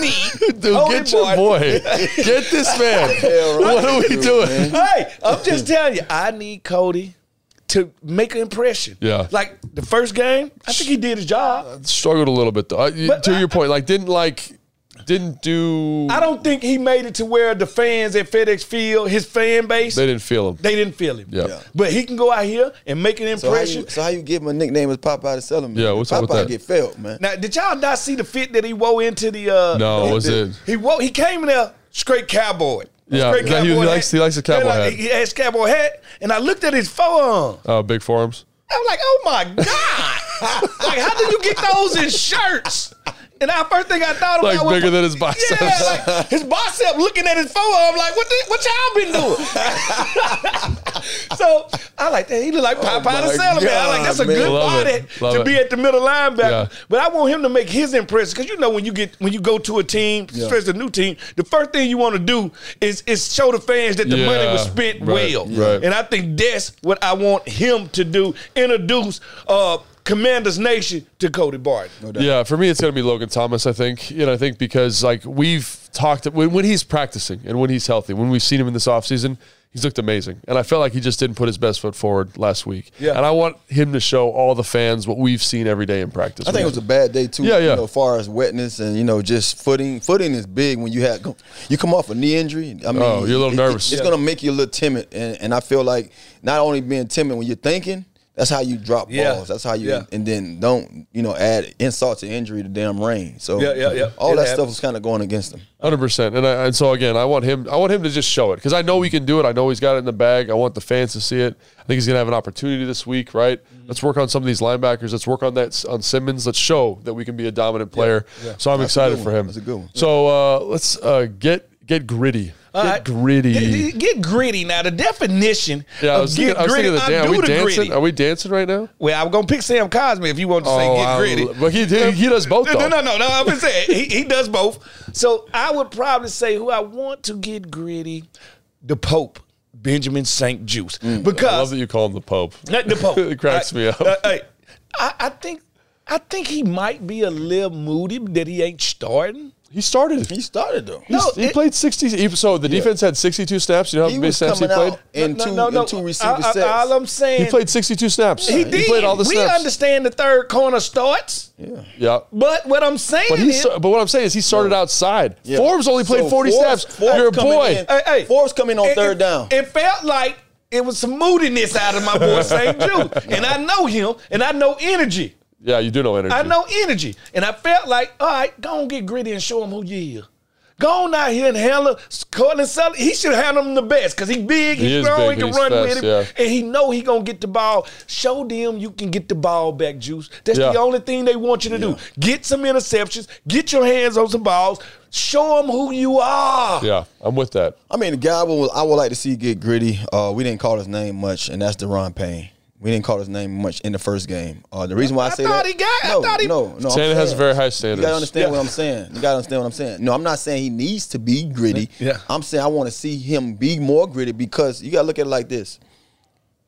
need
Dude,
Cody
get your
Barden.
boy. get this man.
Yeah, right.
What are we
Dude,
doing?
man.
Hey, I'm just telling you, I need Cody to make an impression.
Yeah.
Like the first game, I think he did his job.
Struggled a little bit though. Uh, you-
But
to
I-
your point, like didn't like didn't do.
I don't think he made it to where the fans at FedEx Field, his fan base,
they
they,
didn't feel him.
didn't feel him.
Yeah. Yeah.
But he can go out here and make an
So how,
impression.
you, so how you give him a nickname as Popeye the Cellar Man?
Yeah, what's
Popeye
up with that?
get felt, man.
now, did y'all not see the fit that he wore into the uh
No, was it?
He wo- he came in there straight cowboy.
Yeah,
straight
yeah, he likes- he likes the cowboy
And,
hat.
He had his cowboy hat, and I looked at his forearm.
Oh, big forearms.
I was like, "Oh my god! like, how did you get those in shirts?" And I first thing I thought
Like,
about was
bigger than his biceps.
Yeah, like his bicep looking at his forearm, like, "What the, what y'all been doing?" so I like that. He look
Oh
like Popeye
my
the Sailor Man. I like that's a
God, man.
good
Love
body
it. Love
to
it.
be at the middle
Yeah.
linebacker. But I want him to make his impression because you know when you get when you go to a team, especially a new team, the first thing you want to do is is show the fans that the
Yeah,
money was spent
right,
well.
right.
And I think that's what I want him to do. Introduce uh Commander's Nation to Cody Barton.
Yeah, for me, it's going to be Logan Thomas. I think you know. I think because like we've talked when, when he's practicing and when he's healthy, when we've seen him in this offseason, he's looked amazing, and I felt like he just didn't put his best foot forward last week.
Yeah.
and I want him to show all the fans what we've seen every day in practice.
I think it was a bad day too.
Yeah, yeah.
You know, as far as wetness and you know, just footing. Footing is big when you have you come off a knee injury. I mean,
Oh, you're a little
it-
nervous.
It's
Yeah.
gonna make you a little timid, and, and I feel like not only being timid when you're thinking. That's how you drop
Yeah.
balls. That's how you
Yeah.
and then don't you know add insult to injury to damn rain. So
Yeah, yeah, yeah.
all
It
that stuff
happens.
was kind of going against him.
Hundred percent, and I, and so again, I want him. I want him to just show it because I know he can do it. I know he's got it in the bag. I want the fans to see it. I think he's gonna have an opportunity this week, right?
Mm-hmm.
Let's work on some of these linebackers. Let's work on that on Simmons. Let's show that we can be a dominant player. So I'm excited
good
for
one.
him.
That's a good one.
So uh, let's uh, get get gritty.
All
get
right.
gritty.
Uh, Get, get- get gritty. Now the definition
yeah, I
of
was,
get
thinking, I was
gritty.
thinking of the dan-
I
Are
do
we
the
dancing? Oh.
gritty.
Are we dancing right now?
Well, I'm gonna pick Sam Cosmi if you want to say get
Oh, I-
gritty.
But he, he he does both.
No,
though.
no, no, no. I'm just saying he, he does both. So I would probably say who I want to get gritty, the Pope, Benjamin St. Juice,
Mm, I love
because
that you call him the Pope.
Like the Pope.
It cracks
Like,
me up.
uh, hey, I, I think I think he might be a little moody that he ain't starting.
He started.
He started though.
He's- he
it-
played 60. He, so the defense had 62 snaps. You know how
Oh, He
many
was
snaps he
coming
played?
out in
No,
two
no, no.
in two
I-
receiver
I-
sets.
all I'm saying,
He played 62 snaps.
He, did.
played all the
we
snaps.
understand the third corner starts,
yeah.
Yeah.
but what I'm saying
But, he,
is,
sta- but what I'm saying is he started outside.
Yeah.
Forbes only played
So
40
Forbes-
snaps.
Forbes
You're a
coming
boy.
in- Forbes coming on
it-
third
it-
down.
It felt like it was some moodiness out of my boy St. Jude, and I know him, and I know energy.
Yeah, you do know energy.
I know energy. And I felt like, all right, go on get gritty and show him who you is. Go on out here and handle Cortland Sutton. He should have him the best because he big,
He
he
is
strong,
big,
he can
he's
run
fast,
with it,
yeah.
and he know he gonna get the ball. Show them you can get the ball back, Juice. That's
Yeah.
the only thing they want you to do. Get some interceptions, get your hands on some balls, show them who you are.
Yeah, I'm with that.
I mean, the guy will, I would like to see get gritty. Uh, we didn't call his name much, and that's Deron Payne. We didn't call his name much in the first game. Uh, the reason why I,
I
say
thought
that,
he got- I
no,
thought he-
no, no. I'm
Santa has
saying-
very high
You
standards.
gotta understand
Yeah.
what I'm saying. You gotta understand what I'm saying. No, I'm not saying he needs to be gritty.
Yeah.
I'm saying I want to see him be more gritty because you gotta look at it like this.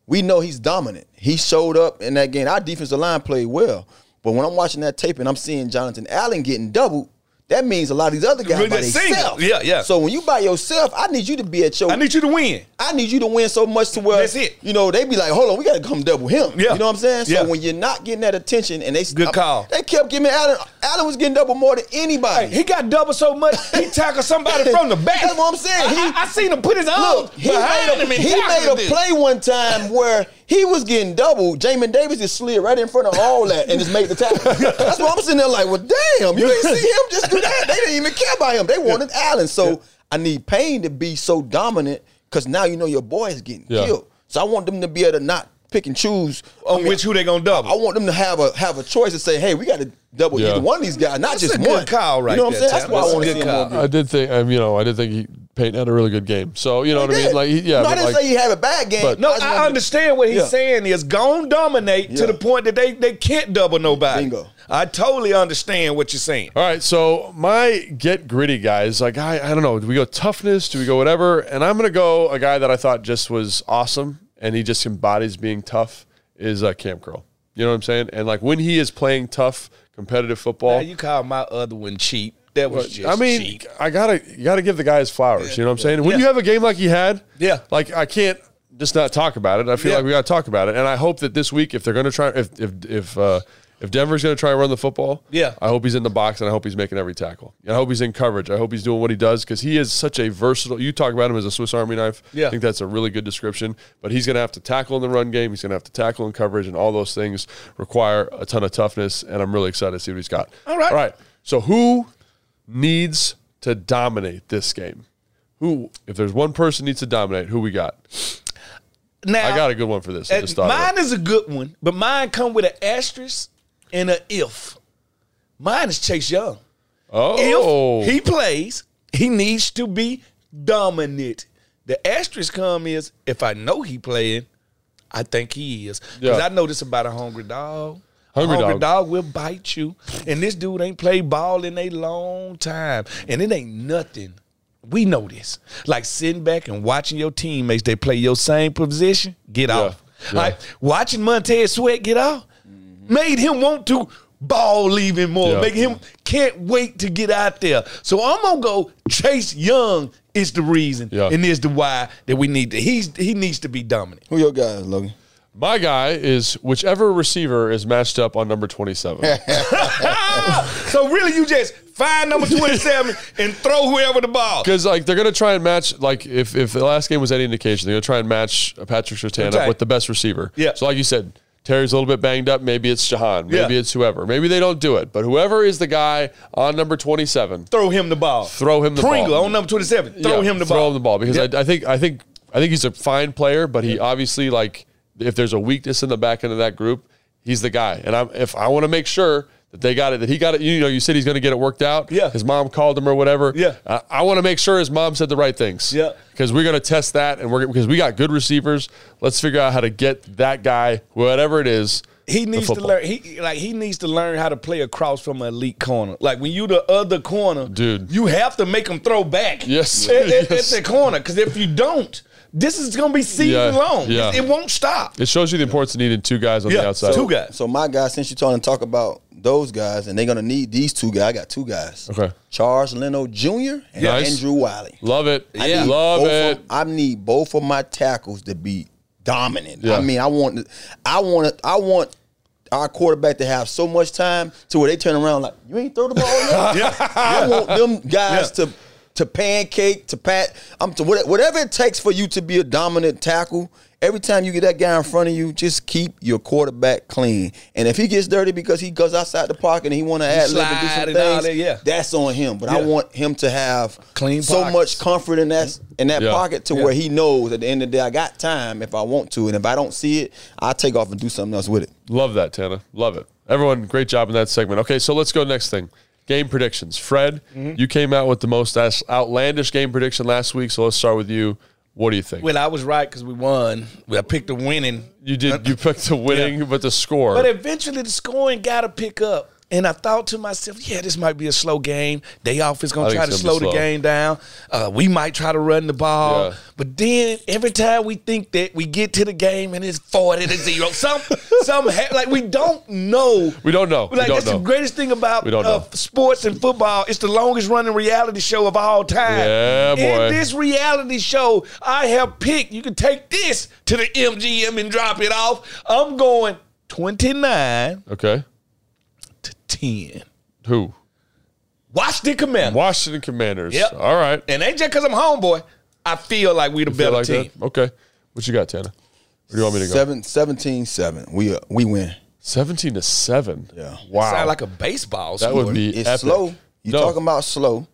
We know he's dominant. He showed up in that game. Our defensive line played well, but when I'm watching that tape and I'm seeing Jonathan Allen getting doubled. That means a lot of these other guys
Really
by
single.
themselves.
Yeah, yeah.
So when you by yourself, I need you to be at your.
I need you to win.
I need you to win so much to where
That's it.
You know, they be like, hold on, we gotta come double him.
Yeah.
You know what I'm saying? So
Yeah.
when you're not getting that attention and they
Good call.
They kept giving Allen Allen was getting double more than anybody.
Hey, he got double so much, he tackled somebody from the back.
That's what I'm saying.
I-
He-
I, I seen him put his arms
Look, he
behind
made a,
him and
he
tackle
made a
this.
play one time where he was getting double. Jamin Davis just slid right in front of all that and just made the tackle. That's why I'm sitting there like, well, damn, you didn't see him just do that. They didn't even care about him. They wanted Allen. So I need Payne to be so dominant because now you know your boy is getting
Yeah.
killed. So I want them to be able to not pick and choose I
on
mean,
which who they gonna double.
I want them to have a have a choice and say, hey, we got to double
Yeah.
either one of these guys, not
That's
just
a good
one.
call right
you know what I'm
there,
saying? That's
Tam.
why
That's
I
a
want to
good
see him
call.
more.
I did think, I'm, you know, I did think he Payton had a really good game. So you know what I mean?
did.
Like, he, yeah,
no, I
but
didn't
like,
say he had a bad game.
But-
No,
just
I,
wanted to-
understand what he's
Yeah.
saying is gone dominate
Yeah.
to the point that they, they can't double nobody.
Bingo.
I totally understand what you're saying.
All right, so my get gritty guys, like I, I don't know, do we go toughness? Do we go whatever? And I'm gonna go a guy that I thought just was awesome, and he just embodies being tough is uh, Cam Curl. You know what I'm saying? And like when he is playing tough competitive
Now
football,
you call my other one cheap. That was just
I mean,
cheap.
I gotta you gotta give the guy his flowers. You know what I'm saying? When you have a game like he had,
Yeah.
like I can't just not talk about it. I feel
Yeah.
like we gotta talk about it. And I hope that this week, if they're gonna try, if if if uh, if Denver's gonna try and run the football,
Yeah.
I hope he's in the box and I hope he's making every tackle. And I hope he's in coverage. I hope he's doing what he does because he is such a versatile. You talk about him as a Swiss Army knife.
Yeah.
I think that's a really good description. But he's gonna have to tackle in the run game. He's gonna have to tackle in coverage, and all those things require a ton of toughness. And I'm really excited to see what he's got.
All right.
all right. So who needs to dominate this game. Who, if there's one person needs to dominate, who we got?
Now
I got a good one for this. I
uh,
just thought. of it.
mine is a good one, but mine come with an asterisk and an if. Mine is Chase Young.
Oh,
If he plays, he needs to be dominant. The asterisk come is if I know he playing, I think he is because
Yeah.
I know this about a hungry dog. A
Hungry
hungry
dog.
dog. will bite you, and this dude ain't played ball in a long time, and it ain't nothing. We know this. Like sitting back and watching your teammates, they play your same position, get off.
Yeah. Mm-hmm.
Like watching Montez Sweat get off made him want to ball even more,
Yeah.
make him can't wait to get out there. So I'm gonna go Chase Young is the reason
Yeah.
and is the why that we need to he's he needs to be dominant.
Who your guys, Logan?
my guy is whichever receiver is matched up on number twenty-seven.
so really you just find number 27 and throw whoever the ball.
Because like they're gonna try and match like if if the last game was any indication, they're gonna try and match Patrick Sertan
Okay.
up with the best receiver.
Yeah.
So like you said, Terry's a little bit banged up. Maybe it's Jahan. Maybe
Yeah.
it's whoever. Maybe they don't do it. But whoever is the guy on number 27,
Throw him the ball.
throw him the
Pringle
ball.
on number 27. Throw
Yeah,
him the
throw
ball.
him the ball because I, I think I think I think he's a fine player, but he obviously like if there's a weakness in the back end of that group, he's the guy. And I'm if I want to make sure that they got it, that he got it. You know, you said he's going to get it worked out.
Yeah.
his mom called him or whatever.
Yeah.
I, want to make sure his mom said the right things.
Yeah.
because we're going to test that, and we're because we got good receivers. Let's figure out how to get that guy, whatever it is.
He
the
needs to
football.
learn. He like he needs to learn how to play across from an elite corner. Like when you the other corner,
Dude.
you have to make them throw back.
Yes.
at, at-
Yes.
at the corner, because if you don't, this is gonna be season
Yeah.
long.
Yeah.
It won't stop.
It shows you the importance of needing two guys on the
Yeah.
outside.
Two guys.
So my guys, since you're talking talk about those guys, and they're gonna need these two guys. I got two guys.
Okay.
Charles Leno Jr. and
Nice.
Andrew Wiley.
Love it.
I need
love
both
it.
Of, I need both of my tackles to be dominant.
Yeah.
I mean, I want, I want, I want our quarterback to have so much time to where they turn around like, you ain't throw the ball. Yet? I want them guys
Yeah.
to to pancake, to pat, um, to what- whatever it takes for you to be a dominant tackle. Every time you get that guy in front of you, just keep your quarterback clean. And if he gets dirty because he goes outside the pocket and he want to add lip and do
slide
some
and all
things,
that, yeah.
that's on him. But I
Yeah.
want him to have
Clean
so
pockets.
much comfort in that in that
Yeah.
pocket to
Yeah.
where he knows at the end of the day I got time if I want to, and if I don't see it, I take off and do something else with it.
Love that, Tana. Love it. Everyone, great job in that segment. Okay, so let's go next thing. Game predictions. Fred,
Mm-hmm.
you came out with the most as- outlandish game prediction last week, so let's start with you. What do you think?
Well, I was right because we won. I picked the winning
you did. You picked the winning, but the score.
uh, But eventually the scoring got to pick up. And I thought to myself, yeah, this might be a slow game. They off is going
I
to
think
try to
it's gonna
slow
be
the
slow.
game down. Uh, we might try to run the ball.
Yeah.
But then every time we think that we get to the game and it's 40 to 0. Some, some ha- like we don't know.
We don't know. We
Like
don't
that's
know.
the greatest thing about
We don't
uh,
know.
sports and football. It's the longest running reality show of all time.
Yeah, boy.
In this reality show, I have picked. You can take this to the MGM and drop it off. I'm going 29
okay.
to 10.
Who?
Washington Commanders.
Washington Commanders.
Yep.
All right.
And ain't just because I'm homeboy. I feel like we the
Feel
better
like
team.
that? Okay. What you got, Tana? Where do you want me to go?
Seven, 17-7. We uh, we win.
Seventeen to seven.
Yeah.
Wow.
Sound like a baseball
that
score.
would be
It's
epic.
slow. You
No.
talking about slow.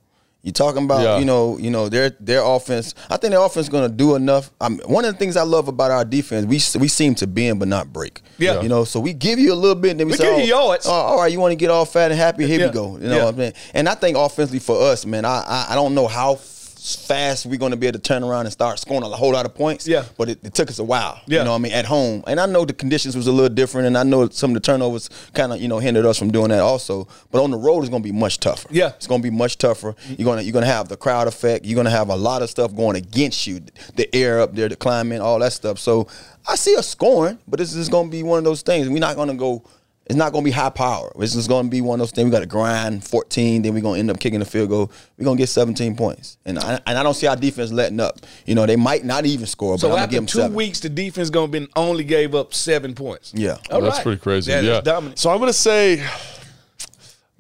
You talking about
Yeah.
you know you know their their offense. I think their offense going to do enough. I mean, one of the things I love about our defense, we s- we seem to bend but not break.
Yeah.
you know, so we give you a little bit, and then we,
We
say,
give
oh,
you yards.
oh, all right, you want to get all fat and happy? Here
Yeah.
we go. You know
Yeah.
what I'm saying? And I think offensively for us, man, I I, I don't know how. f- Fast, we're going to be able to turn around and start scoring a whole lot of points.
Yeah.
but it, it took us a while.
Yeah.
you know what I mean at home, and I know the conditions was a little different, and I know some of the turnovers kind of you know hindered us from doing that also. But on the road, it's going to be much tougher.
Yeah.
it's going to be much tougher. You're gonna you're gonna have the crowd effect. You're gonna have a lot of stuff going against you. The air up there, the climbing, all that stuff. So I see us scoring, but this is going to be one of those things. We're not going to go. It's not going to be high power. This is going to be one of those things. We got to grind 14, then we're going to end up kicking the field goal. We're going to get 17 points, and I, and I don't see our defense letting up. You know, they might not even score, but
So
I'm gonna
after
give them
two
seven.
weeks, the defense gonna be only gave up seven points.
Yeah.
All
Oh, That's
Oh, right.
pretty crazy.
That is
yeah.
dominant.
So I'm gonna say I'm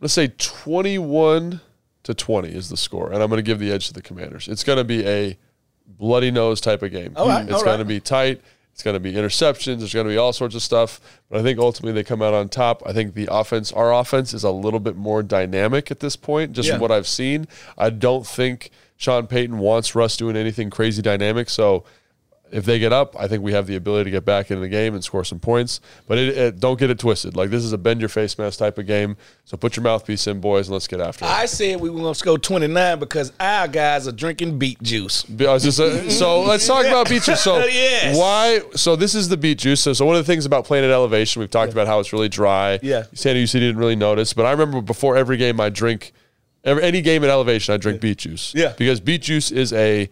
gonna say twenty one to twenty is the score, and I'm gonna give the edge to the commanders. It's gonna be a bloody nose type of game.
All right,
It's
all right.
gonna be tight. It's going to be interceptions. There's going to be all sorts of stuff, but I think ultimately they come out on top. I think the offense, our offense, is a little bit more dynamic at this point, just
Yeah.
from what I've seen. I don't think Sean Payton wants Russ doing anything crazy dynamic, so if they get up, I think we have the ability to get back into the game and score some points. But it, it, don't get it twisted. Like this is a bend your face mask type of game. So put your mouthpiece in, boys, and let's get after it.
I said we were gonna score 29 because our guys are drinking beet juice.
I was just, uh, so let's talk about beet juice. So
Yes.
why? So this is the beet juice. So, so one of the things about playing at elevation, we've talked about how it's really dry.
Yeah.
Santa UC didn't really notice, but I remember before every game I drink, every, any game at elevation I drink beet juice.
Yeah.
Because beet juice is a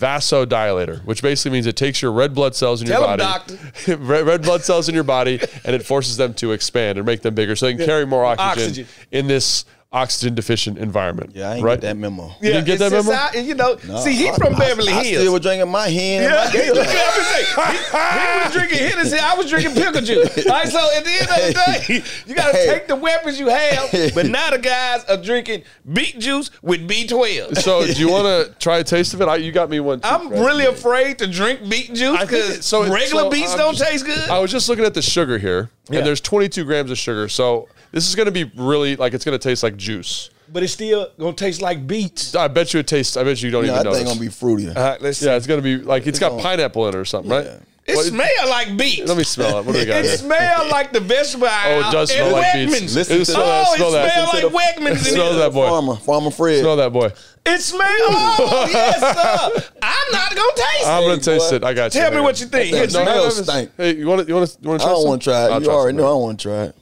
vasodilator, which basically means it takes your red blood cells in
Tell
your
'em,
body, red, red blood cells in your body, and it forces them to expand and make them bigger, so they can carry more oxygen,
Oxygen.
in this oxygen deficient environment.
Yeah, I ain't
right?
get that memo.
You didn't get
it's-
that
it's
memo?
out- and you know, see, he's
I-
from
I-
Beverly
I
Hills.
still was drinking my hand. and
Yeah,
my
he,
Gatorade.
I was saying, he, he was drinking Hennessy. I was drinking pickle juice. All right, so at the end of the day, you got to
Hey.
take the weapons you have, but now the guys are drinking beet juice with B12.
So do you want to try a taste of it? I, you got me one. too,
I'm
Fred.
really afraid to drink beet juice
I think it-
because
so it-
regular
so
beets
I'm
don't
just-
taste good.
I was just looking at the sugar here,
Yeah.
and there's 22 grams of sugar. So this is going to be really like it's going to taste like juice.
but it's still going to taste like beets.
I bet you it tastes. I bet you don't
Yeah,
even
that
know.
thing gonna be fruity.
All right, let's see.
yeah, it's going to be like it's got
gonna-
pineapple in it or something, right?
It
What-
smell like beets.
let me smell it. What do we got?
It
here?
smell like the vegetable
Oh, it does smell like beets.
Listen
It
to
smell that,
oh, it
smell that.
smell
Listen to
like Wegmans. in
Smell
here.
that boy.
Farmer, Farmer Fred.
Smell that boy.
It smells. Oh, yes, sir. I'm not gonna taste
I'm
it.
gonna taste
boy.
it. I got you.
Tell me
man.
what you think.
That
Here,
thing
drink-
no,
smells stink.
Hey, you want to? You want to? You want
I
to try?
don't
some?
want to try it.
I'll
you
try
already
some.
know I want to try it.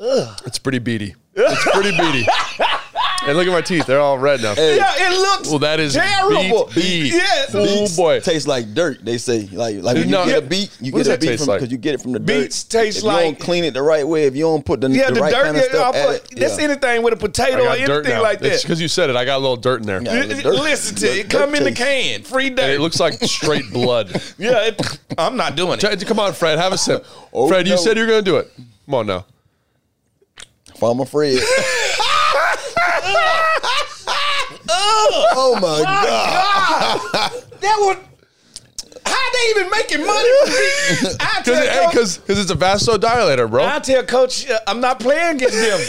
It's pretty beady. It's pretty beady. and look at my teeth; they're all red now.
Hey,
Yeah, it looks.
Well, that is
terrible.
beet- beet.
Yes.
Beet.
Beets,
Oh, boy.
tastes like dirt. They say like like
Dude,
when you
no,
get
yeah.
a beat, you
What
get
does
a
that
beat
taste
from
like?
because you get it from the
Beets
dirt.
taste
if you
like-
don't clean it the right way, if you don't put the,
Yeah,
the,
the,
right
dirt.
kind of
yeah, I'll
stuff at
put,
it,
that's
yeah.
anything with a
I
potato or
got dirt
anything
now.
like that.
because you said it. I got a little dirt in there.
Yeah.
Li-
the
li-
dirt-
Listen to
the
it. It Come
dirt
in the
taste.
can. Free
And
dirt.
it looks like straight blood.
yeah, it, I'm not doing it.
Ted, Come on, Fred, have a sip.
Oh,
Fred, you
no.
said you were gonna do it. Come on now.
Farmer Fred. oh my god!
That would. How they even making money from beets? I tell
Because
you,
it's a vasodilator, bro.
I tell coach, uh, I'm not playing against them.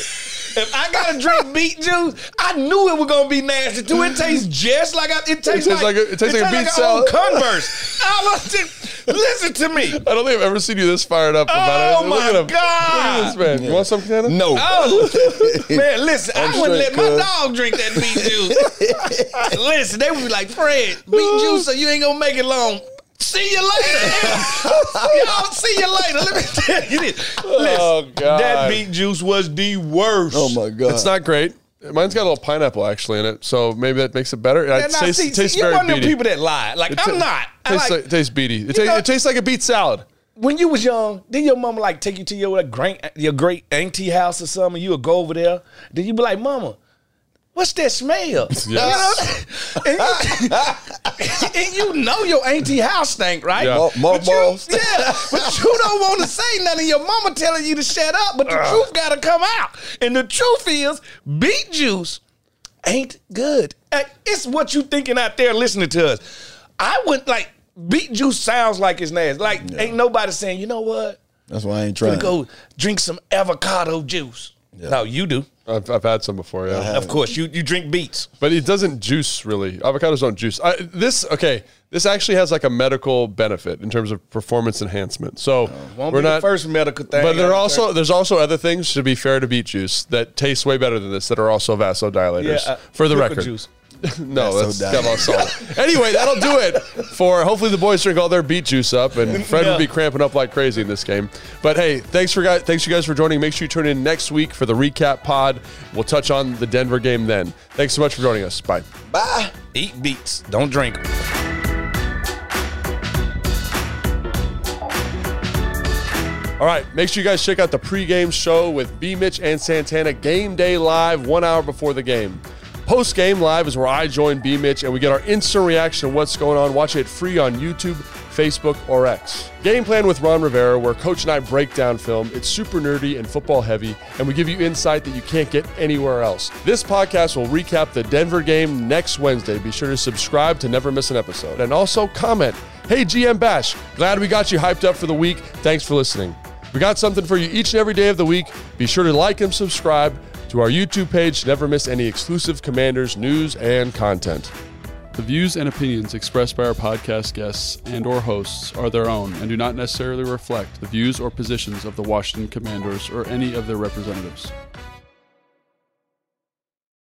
if I gotta drink beet juice, I knew it was gonna be nasty too. It tastes just like I, it tastes like,
like a- it tastes like a beet
an
salad.
old Converse. I was just- listen to me.
I don't think I've ever seen you this fired up about
Oh
it. Look
my
at him.
God.
Look at this man. You want some, Canada?
No,
Oh man, listen, I wouldn't let
straight,
my
cuz.
dog drink that beet juice. listen, they would be like, Fred,
Oh.
beet juice, so you ain't gonna make it long. See you later. Y'all see you later. Let me tell you this. Listen,
Oh, God.
that beet juice was the worst.
oh my god!
It's not great. Mine's got a little pineapple actually in it, so maybe that makes it better. It
And I
tastes,
see,
tastes
see, you're
very
one of
beady.
them people that lie. Like
ta-
I'm not. I
tastes
like,
like, tastes beady. It, ta-
know-
it tastes like a beet salad.
when you was young, then your mama like take you to your like, great your great auntie house or something. You would go over there. Then you be like, Mama, what's that smell?
Yes.
You know? and, you, and you know your auntie house stink, right?
Yeah.
Mo- mo-
But you-
balls.
yeah, but you don't want to say nothing. Your mama telling you to shut up, but the truth got to come out. And the truth is, beet juice ain't good. Uh, It's what you thinking out there listening to us. I wouldn't like beet juice sounds like it's nasty. Like ain't nobody saying, you know what?
That's why I ain't
Gonna
trying.
go drink some avocado juice. No, you do.
I've, I've had some before, yeah.
Of course, you you drink beets.
But it doesn't juice really. Avocados don't juice. I, this okay. This actually has like a medical benefit in terms of performance enhancement. So
Oh, Won't
we're
be
not
the first medical thing.
But there
I'm
are also there's also other things to be fair to beet juice that taste way better than this that are also vasodilators.
Yeah, uh,
for the
pickle
record,
juice.
no, that's
Vasodilator.
come on, solid. Anyway, that'll do it for. Hopefully, the boys drink all their beet juice up, and Fred
Yeah.
would be cramping up like crazy in this game. But hey, thanks for guys, thanks you guys for joining. Make sure you tune in next week for the recap pod. We'll touch on the Denver game then. Thanks so much for joining us. Bye.
Bye.
Eat beets, don't drink 'em.
All right, make sure you guys check out the pregame show with B Mitch and Santana game day live one hour before the game. Post game live is where I join B Mitch and we get our instant reaction of what's going on. Watch it free on YouTube, Facebook, or X. Game plan with Ron Rivera, where Coach and I break down film. It's super nerdy and football heavy, and we give you insight that you can't get anywhere else. This podcast will recap the Denver game next Wednesday. Be sure to subscribe to never miss an episode and also comment. Hey GM Bash, glad we got you hyped up for the week. Thanks for listening. We got something for you each and every day of the week. Be sure to like and subscribe to our YouTube page to never miss any exclusive Commanders news and content.
The views and opinions expressed by our podcast guests and or hosts are their own and do not necessarily reflect the views or positions of the Washington Commanders or any of their representatives.